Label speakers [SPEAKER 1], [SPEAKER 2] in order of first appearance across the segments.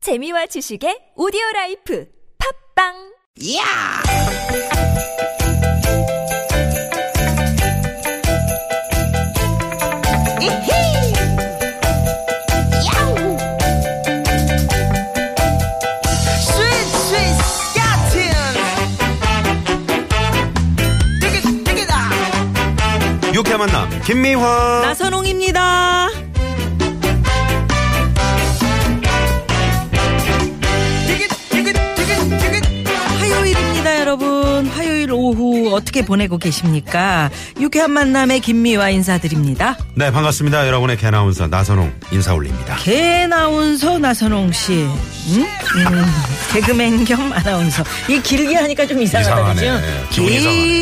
[SPEAKER 1] 재미와 지식의 오디오 라이프 팝빵!
[SPEAKER 2] 이야! 이히! 야우! 스윗, 스윗, 야틴! 되게, 되게다!
[SPEAKER 3] 유쾌한 만남 김미화
[SPEAKER 4] 나선홍입니다.
[SPEAKER 2] 되게, 되게, 되게, 되게!
[SPEAKER 4] 화요일입니다, 여러분. 화요일 오후 어떻게 보내고 계십니까? 유쾌한 만남의 김미화 인사드립니다.
[SPEAKER 3] 네 반갑습니다 여러분의 개나운서 나선홍 인사 올립니다
[SPEAKER 4] 개나운서 나선홍 씨. 응? 음, 개그맨 겸 아나운서. 이 길게 하니까 좀 이상하다,
[SPEAKER 3] 이상하네.
[SPEAKER 4] 그죠?
[SPEAKER 3] 기분이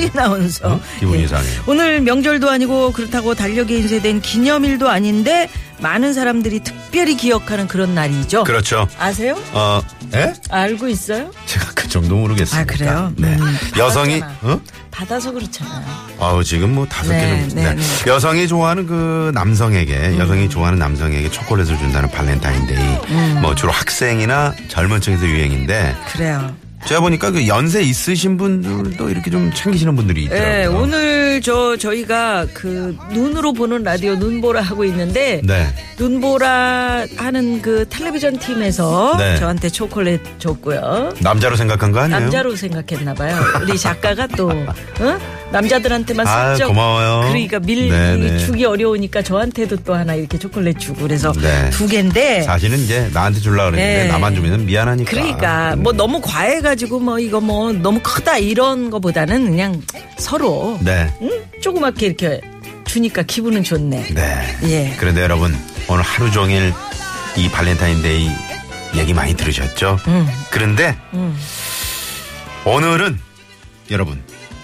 [SPEAKER 3] 이상하네.
[SPEAKER 4] 개나운서.
[SPEAKER 3] 응? 기분이
[SPEAKER 4] 예.
[SPEAKER 3] 이상해.
[SPEAKER 4] 오늘 명절도 아니고 그렇다고 달력에 인쇄된 기념일도 아닌데 많은 사람들이 특별히 기억하는 그런 날이죠.
[SPEAKER 3] 그렇죠
[SPEAKER 4] 아세요?
[SPEAKER 3] 어 에?
[SPEAKER 4] 알고 있어요?
[SPEAKER 3] 제가 그 정도 모르겠습니다
[SPEAKER 4] 아, 그래요?
[SPEAKER 3] 네
[SPEAKER 4] 음,
[SPEAKER 3] 여성이
[SPEAKER 4] 받았잖아.
[SPEAKER 3] 어?
[SPEAKER 4] 받아서 그렇잖아요.
[SPEAKER 3] 아우 지금 뭐 다섯 개
[SPEAKER 4] 네,
[SPEAKER 3] 정도
[SPEAKER 4] 네,
[SPEAKER 3] 네.
[SPEAKER 4] 네. 음.
[SPEAKER 3] 여성이 좋아하는 그 남성에게 여성이 좋아하는 남성에게 초콜릿을 준다는 발렌타인데이
[SPEAKER 4] 음.
[SPEAKER 3] 뭐 주로 학생이나 젊은 층에서 유행인데
[SPEAKER 4] 그래요.
[SPEAKER 3] 제가 보니까 그 연세 있으신 분들도 이렇게 좀 챙기시는 분들이 있더라고요
[SPEAKER 4] 네, 오늘 저 저희가 그 눈으로 보는 라디오 눈보라 하고 있는데
[SPEAKER 3] 네.
[SPEAKER 4] 눈보라 하는 그 텔레비전 팀에서
[SPEAKER 3] 네.
[SPEAKER 4] 저한테 초콜릿 줬고요.
[SPEAKER 3] 남자로 생각한 거 아니에요?
[SPEAKER 4] 남자로 생각했나 봐요. 우리 작가가 또 어? 남자들한테만
[SPEAKER 3] 아,
[SPEAKER 4] 슬쩍
[SPEAKER 3] 고마워요.
[SPEAKER 4] 그러니까 밀
[SPEAKER 3] 네, 네.
[SPEAKER 4] 주기 어려우니까 저한테도 또 하나 이렇게 초콜릿 주고 그래서
[SPEAKER 3] 네.
[SPEAKER 4] 두 개인데
[SPEAKER 3] 사실은 이제 나한테 줄라 그랬는데
[SPEAKER 4] 네.
[SPEAKER 3] 나만 주면 미안하니까
[SPEAKER 4] 그러니까
[SPEAKER 3] 음.
[SPEAKER 4] 뭐 너무 과해가지고 뭐 이거 뭐 너무 크다 이런 거보다는 그냥 서로
[SPEAKER 3] 네.
[SPEAKER 4] 응? 조그맣게 이렇게 주니까 기분은 좋네.
[SPEAKER 3] 네.
[SPEAKER 4] 예.
[SPEAKER 3] 그런데 여러분 오늘 하루 종일 이 발렌타인데이 얘기 많이 들으셨죠?
[SPEAKER 4] 음.
[SPEAKER 3] 그런데 오늘은 여러분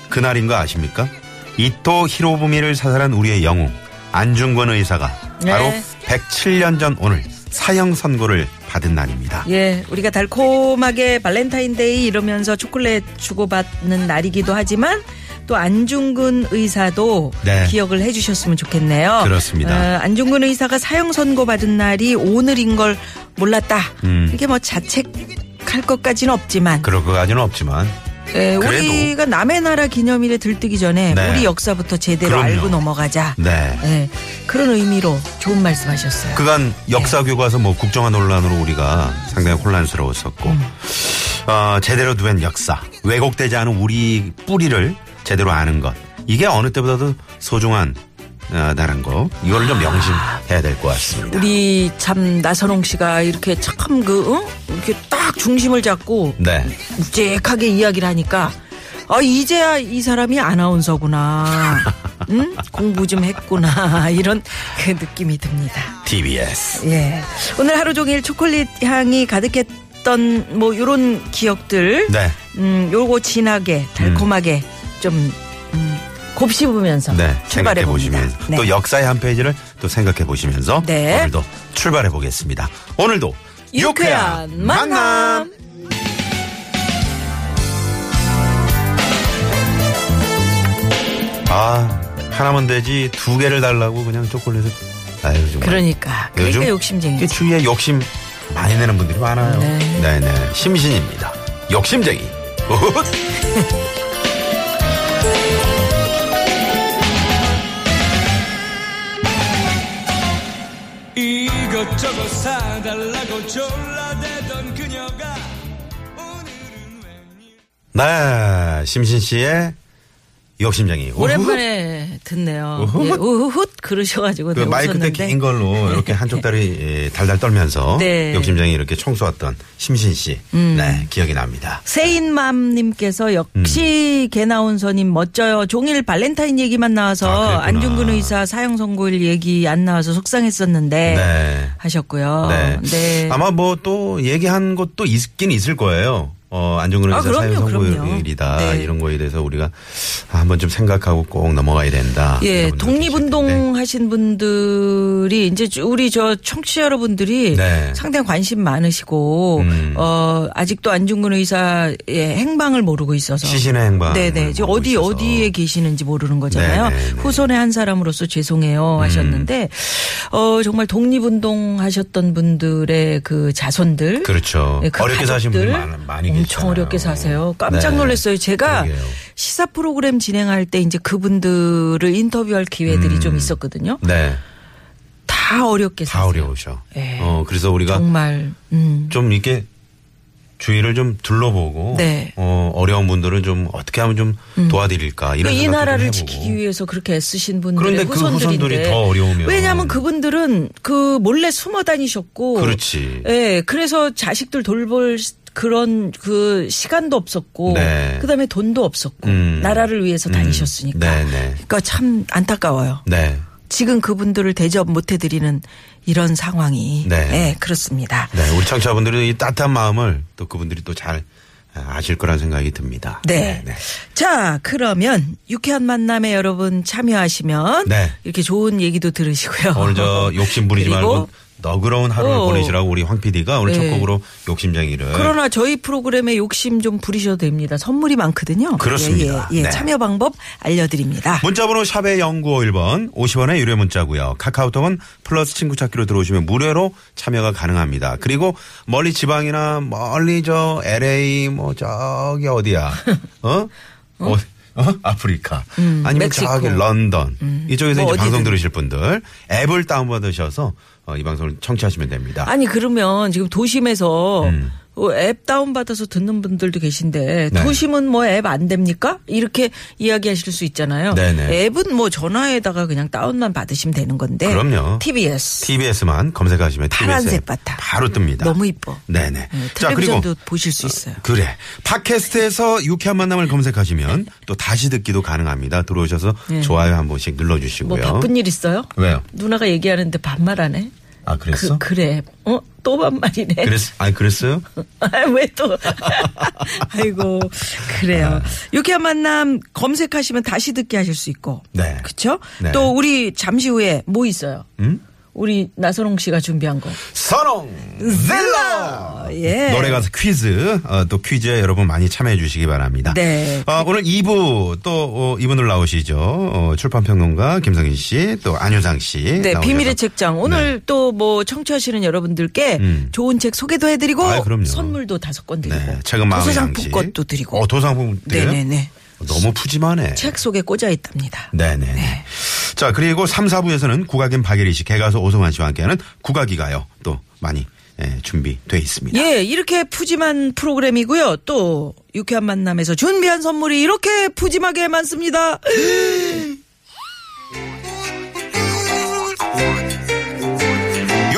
[SPEAKER 3] 그날인 거 아십니까? 이토 히로부미를 사살한 우리의 영웅 안중권 의사가
[SPEAKER 4] 네.
[SPEAKER 3] 바로 107년 전 오늘 사형 선고를 받은 날입니다.
[SPEAKER 4] 예, 우리가 달콤하게 발렌타인데이 이러면서 초콜릿 주고받는 날이기도 하지만 또 안중근 의사도
[SPEAKER 3] 네.
[SPEAKER 4] 기억을 해주셨으면 좋겠네요.
[SPEAKER 3] 그렇습니다.
[SPEAKER 4] 어, 안중근 의사가 사형 선고 받은 날이 오늘인 걸 몰랐다.
[SPEAKER 3] 음.
[SPEAKER 4] 이게 뭐 자책할 것까지는 없지만
[SPEAKER 3] 그럴 것까지는 없지만
[SPEAKER 4] 예,
[SPEAKER 3] 그래도.
[SPEAKER 4] 우리가 남의 나라 기념일에 들뜨기 전에
[SPEAKER 3] 네.
[SPEAKER 4] 우리 역사부터 제대로
[SPEAKER 3] 그럼요.
[SPEAKER 4] 알고 넘어가자.
[SPEAKER 3] 네.
[SPEAKER 4] 예, 그런 의미로 좋은 말씀하셨어요.
[SPEAKER 3] 그간 역사
[SPEAKER 4] 네.
[SPEAKER 3] 교과서 뭐 국정화 논란으로 우리가 상당히 혼란스러웠었고
[SPEAKER 4] 음.
[SPEAKER 3] 어, 제대로 된 역사 왜곡되지 않은 우리 뿌리를 제대로 아는 것 이게 어느 때보다도 소중한 어, 나란 거 이거를
[SPEAKER 4] 아.
[SPEAKER 3] 좀 명심해야 될 것 같습니다.
[SPEAKER 4] 우리 참 나선홍 씨가 이렇게 참 그 이렇게 딱 중심을 잡고
[SPEAKER 3] 네.
[SPEAKER 4] 묵직하게 이야기를 하니까 아 이제야 이 사람이 아나운서구나. 응? 공부 좀 했구나 이런 그 느낌이 듭니다.
[SPEAKER 3] TBS
[SPEAKER 4] 예. 오늘 하루 종일 초콜릿 향이 가득했던 뭐 요런 기억들
[SPEAKER 3] 네.
[SPEAKER 4] 음 요거 진하게 달콤하게 좀 음, 곱씹으면서
[SPEAKER 3] 네.
[SPEAKER 4] 출발해
[SPEAKER 3] 생각해
[SPEAKER 4] 봅니다.
[SPEAKER 3] 보시면서 또 역사의 한 페이지를 또 생각해 보시면서
[SPEAKER 4] 네.
[SPEAKER 3] 오늘도 출발해 보겠습니다. 오늘도
[SPEAKER 4] 유쾌한 만남.
[SPEAKER 3] 아 하나면 되지 두 개를 달라고 그냥 초콜릿을 아유 정말
[SPEAKER 4] 그러니까
[SPEAKER 3] 요즘
[SPEAKER 4] 그러니까 욕심쟁이.
[SPEAKER 3] 이게 주위에 욕심 많이 내는 분들이 많아요.
[SPEAKER 4] 네.
[SPEAKER 3] 네. 네 심신입니다. 욕심쟁이. 우훗.
[SPEAKER 5] 이것저것 사달라고 졸라대던 그녀가 오늘은 웬일
[SPEAKER 3] 네 심신 씨의 욕심쟁이. 우훗.
[SPEAKER 4] 오랜만에 듣네요.
[SPEAKER 3] 우훗.
[SPEAKER 4] 예, 우훗 그러셔가지고
[SPEAKER 3] 그
[SPEAKER 4] 내가
[SPEAKER 3] 마이크
[SPEAKER 4] 웃었는데.
[SPEAKER 3] 때낀 걸로 이렇게 한쪽 다리 예, 달달 떨면서
[SPEAKER 4] 네. 음.
[SPEAKER 3] 욕심쟁이 이렇게 청소했던 심신 씨. 네 기억이 납니다.
[SPEAKER 4] 세인맘님께서
[SPEAKER 3] 음.
[SPEAKER 4] 역시 개나운서님 멋져요. 종일 발렌타인 얘기만 나와서
[SPEAKER 3] 아, 그랬구나.
[SPEAKER 4] 안중근 의사 사형 선고일 얘기 안 나와서 속상했었는데
[SPEAKER 3] 네.
[SPEAKER 4] 하셨고요. 네.
[SPEAKER 3] 네. 아마 뭐 또 얘기한 것도 있긴 있을 거예요. 어, 안중근
[SPEAKER 4] 아,
[SPEAKER 3] 의사
[SPEAKER 4] 그럼요,
[SPEAKER 3] 사회 성공률이다
[SPEAKER 4] 그럼요. 네.
[SPEAKER 3] 이런 거에 대해서 우리가 한번 좀 생각하고 꼭 넘어가야 된다.
[SPEAKER 4] 예,
[SPEAKER 3] 이런 분들 계실 텐데.
[SPEAKER 4] 독립운동 하신 분들이 이제 주- 우리 저 청취자 여러분들이
[SPEAKER 3] 네. 음.
[SPEAKER 4] 상당히 관심 많으시고 어 아직도 안중근 의사의 행방을 모르고 있어서
[SPEAKER 3] 네. 시신의 행방.
[SPEAKER 4] 네네. 지금 어디 어디에 계시는지 모르는 거잖아요.
[SPEAKER 3] 네네네. 음.
[SPEAKER 4] 후손의 한 사람으로서 죄송해요 하셨는데 어 정말 독립운동 하셨던 분들의 그 자손들
[SPEAKER 3] 그렇죠.
[SPEAKER 4] 네, 그
[SPEAKER 3] 어렵게 사신 분들
[SPEAKER 4] 가족들
[SPEAKER 3] 많- 많이 계시잖아요.
[SPEAKER 4] 엄청 어렵게 사세요. 깜짝
[SPEAKER 3] 네.
[SPEAKER 4] 놀랐어요. 제가
[SPEAKER 3] 그러게요.
[SPEAKER 4] 시사 프로그램 진행할 때 이제 그분들을 인터뷰할 기회들이 좀 있었거든요.
[SPEAKER 3] 네.
[SPEAKER 4] 다 어렵게
[SPEAKER 3] 음. 다
[SPEAKER 4] 사세요.
[SPEAKER 3] 어려우셔.
[SPEAKER 4] 예.
[SPEAKER 3] 어, 그래서 우리가
[SPEAKER 4] 네. 정말 음.
[SPEAKER 3] 좀 이렇게 주위를 좀 둘러보고
[SPEAKER 4] 네. 음.
[SPEAKER 3] 어, 어려운 분들은 좀 어떻게 하면 좀 도와드릴까 이런
[SPEAKER 4] 그러니까 이
[SPEAKER 3] 생각도 좀
[SPEAKER 4] 나라를
[SPEAKER 3] 해보고.
[SPEAKER 4] 지키기 위해서 그렇게 애쓰신 분들의
[SPEAKER 3] 그런데 그 후손들이
[SPEAKER 4] 후손들인데
[SPEAKER 3] 더 어려우면.
[SPEAKER 4] 왜냐하면 그분들은 그 몰래 숨어 다니셨고
[SPEAKER 3] 그렇지.
[SPEAKER 4] 예, 그래서 자식들 돌볼 시- 그런 그 시간도 없었고
[SPEAKER 3] 네.
[SPEAKER 4] 그다음에 돈도 없었고
[SPEAKER 3] 음.
[SPEAKER 4] 나라를 위해서
[SPEAKER 3] 음.
[SPEAKER 4] 다니셨으니까
[SPEAKER 3] 네, 네.
[SPEAKER 4] 그러니까 참 안타까워요.
[SPEAKER 3] 네.
[SPEAKER 4] 지금 그분들을 대접 못 해드리는 이런 상황이
[SPEAKER 3] 네.
[SPEAKER 4] 예, 그렇습니다.
[SPEAKER 3] 네, 우리 청취자분들은 이 따뜻한 마음을 또 그분들이 또 잘 아실 거란 생각이 듭니다.
[SPEAKER 4] 네. 자, 그러면 유쾌한 만남에 여러분 참여하시면
[SPEAKER 3] 네.
[SPEAKER 4] 이렇게 좋은 얘기도 들으시고요.
[SPEAKER 3] 오늘 저 욕심 부리지
[SPEAKER 4] 그리고
[SPEAKER 3] 말고 너그러운 하루를
[SPEAKER 4] 어.
[SPEAKER 3] 보내시라고 우리 황 PD가 오늘
[SPEAKER 4] 네.
[SPEAKER 3] 첫 곡으로 욕심쟁이를
[SPEAKER 4] 그러나 저희 프로그램에 욕심 좀 부리셔도 됩니다. 선물이 많거든요.
[SPEAKER 3] 그렇습니다.
[SPEAKER 4] 예, 예,
[SPEAKER 3] 네.
[SPEAKER 4] 예.
[SPEAKER 3] 뭐,
[SPEAKER 4] 참여 방법 알려드립니다.
[SPEAKER 3] 문자번호 샵의 0951번 50원의 유료 문자고요. 카카오톡은 플러스 친구 찾기로 들어오시면 무료로 참여가 가능합니다. 그리고 멀리 지방이나 멀리 저 LA 뭐 저기 어디야. 어? 어? 어? 아프리카 아니면
[SPEAKER 4] 음, 멕시코.
[SPEAKER 3] 저기 런던 이쪽에서
[SPEAKER 4] 뭐
[SPEAKER 3] 이제 방송
[SPEAKER 4] 어디든.
[SPEAKER 3] 들으실 분들 앱을 다운받으셔서 어, 이 방송을 청취하시면 됩니다.
[SPEAKER 4] 아니 그러면 지금 도심에서 어, 앱 다운 받아서 듣는 분들도 계신데
[SPEAKER 3] 음. 네.
[SPEAKER 4] 도심은 뭐 앱 안 됩니까? 이렇게 이야기하실 수 있잖아요.
[SPEAKER 3] 네네.
[SPEAKER 4] 앱은 뭐 전화에다가 그냥 다운만 받으시면 되는 건데.
[SPEAKER 3] 그럼요.
[SPEAKER 4] TBS
[SPEAKER 3] TBS만 검색하시면
[SPEAKER 4] 파란색
[SPEAKER 3] TBS 앱
[SPEAKER 4] 바탕.
[SPEAKER 3] 바로 뜹니다.
[SPEAKER 4] 너무 이뻐.
[SPEAKER 3] 네네.
[SPEAKER 4] 네, 텔레비전도 보실 수 있어요.
[SPEAKER 3] 그래. 팟캐스트에서 유쾌한
[SPEAKER 4] 네.
[SPEAKER 3] 만남을 검색하시면 또 다시 듣기도 가능합니다. 들어오셔서 좋아요 한 번씩
[SPEAKER 4] 네. 뭐
[SPEAKER 3] 눌러주시고요.
[SPEAKER 4] 바쁜 일 있어요?
[SPEAKER 3] 왜요?
[SPEAKER 4] 누나가 얘기하는데 반말하네.
[SPEAKER 3] 아, 그랬어?
[SPEAKER 4] 그, 래 어? 또 반말이네.
[SPEAKER 3] 그랬, 아니, 그랬어요?
[SPEAKER 4] 아, 왜 또? 아이고, 그래요. 유쾌한 만남 검색하시면 다시 듣게 하실 수 있고.
[SPEAKER 3] 네.
[SPEAKER 4] 그쵸?
[SPEAKER 3] 네. 음?
[SPEAKER 4] 또 우리 잠시 후에 뭐 있어요? 우리 나선홍 씨가 준비한 거.
[SPEAKER 3] 선홍!
[SPEAKER 4] 젤라! 예.
[SPEAKER 3] 노래 가서 퀴즈, 어, 또 퀴즈에 여러분 많이 참여해 주시기 바랍니다.
[SPEAKER 4] 네.
[SPEAKER 3] 어, 오늘 2부 또 어, 이분들 나오시죠. 어, 출판평론가 김성인 씨, 또 안효상 씨.
[SPEAKER 4] 네,
[SPEAKER 3] 나오셔서. 네.
[SPEAKER 4] 비밀의 책장. 오늘 또 뭐 청취하시는 여러분들께 좋은 책 소개도 해드리고
[SPEAKER 3] 음. 아이, 그럼요.
[SPEAKER 4] 선물도 다섯 권 드리고
[SPEAKER 3] 네, 책은 마음의 양지.
[SPEAKER 4] 도서상품권도 드리고
[SPEAKER 3] 어, 도상품 드려요?
[SPEAKER 4] 네네네.
[SPEAKER 3] 너무 푸짐하네.
[SPEAKER 4] 책 속에 꽂아 있답니다.
[SPEAKER 3] 네네. 네. 자, 그리고 3, 4부에서는 국악인 박예리 씨, 개가수 오성환 씨와 함께하는 국악이 가요. 또 많이 예, 준비돼 있습니다.
[SPEAKER 4] 예, 이렇게 푸짐한 프로그램이고요. 또 유쾌한 만남에서 준비한 선물이 이렇게 푸짐하게 많습니다.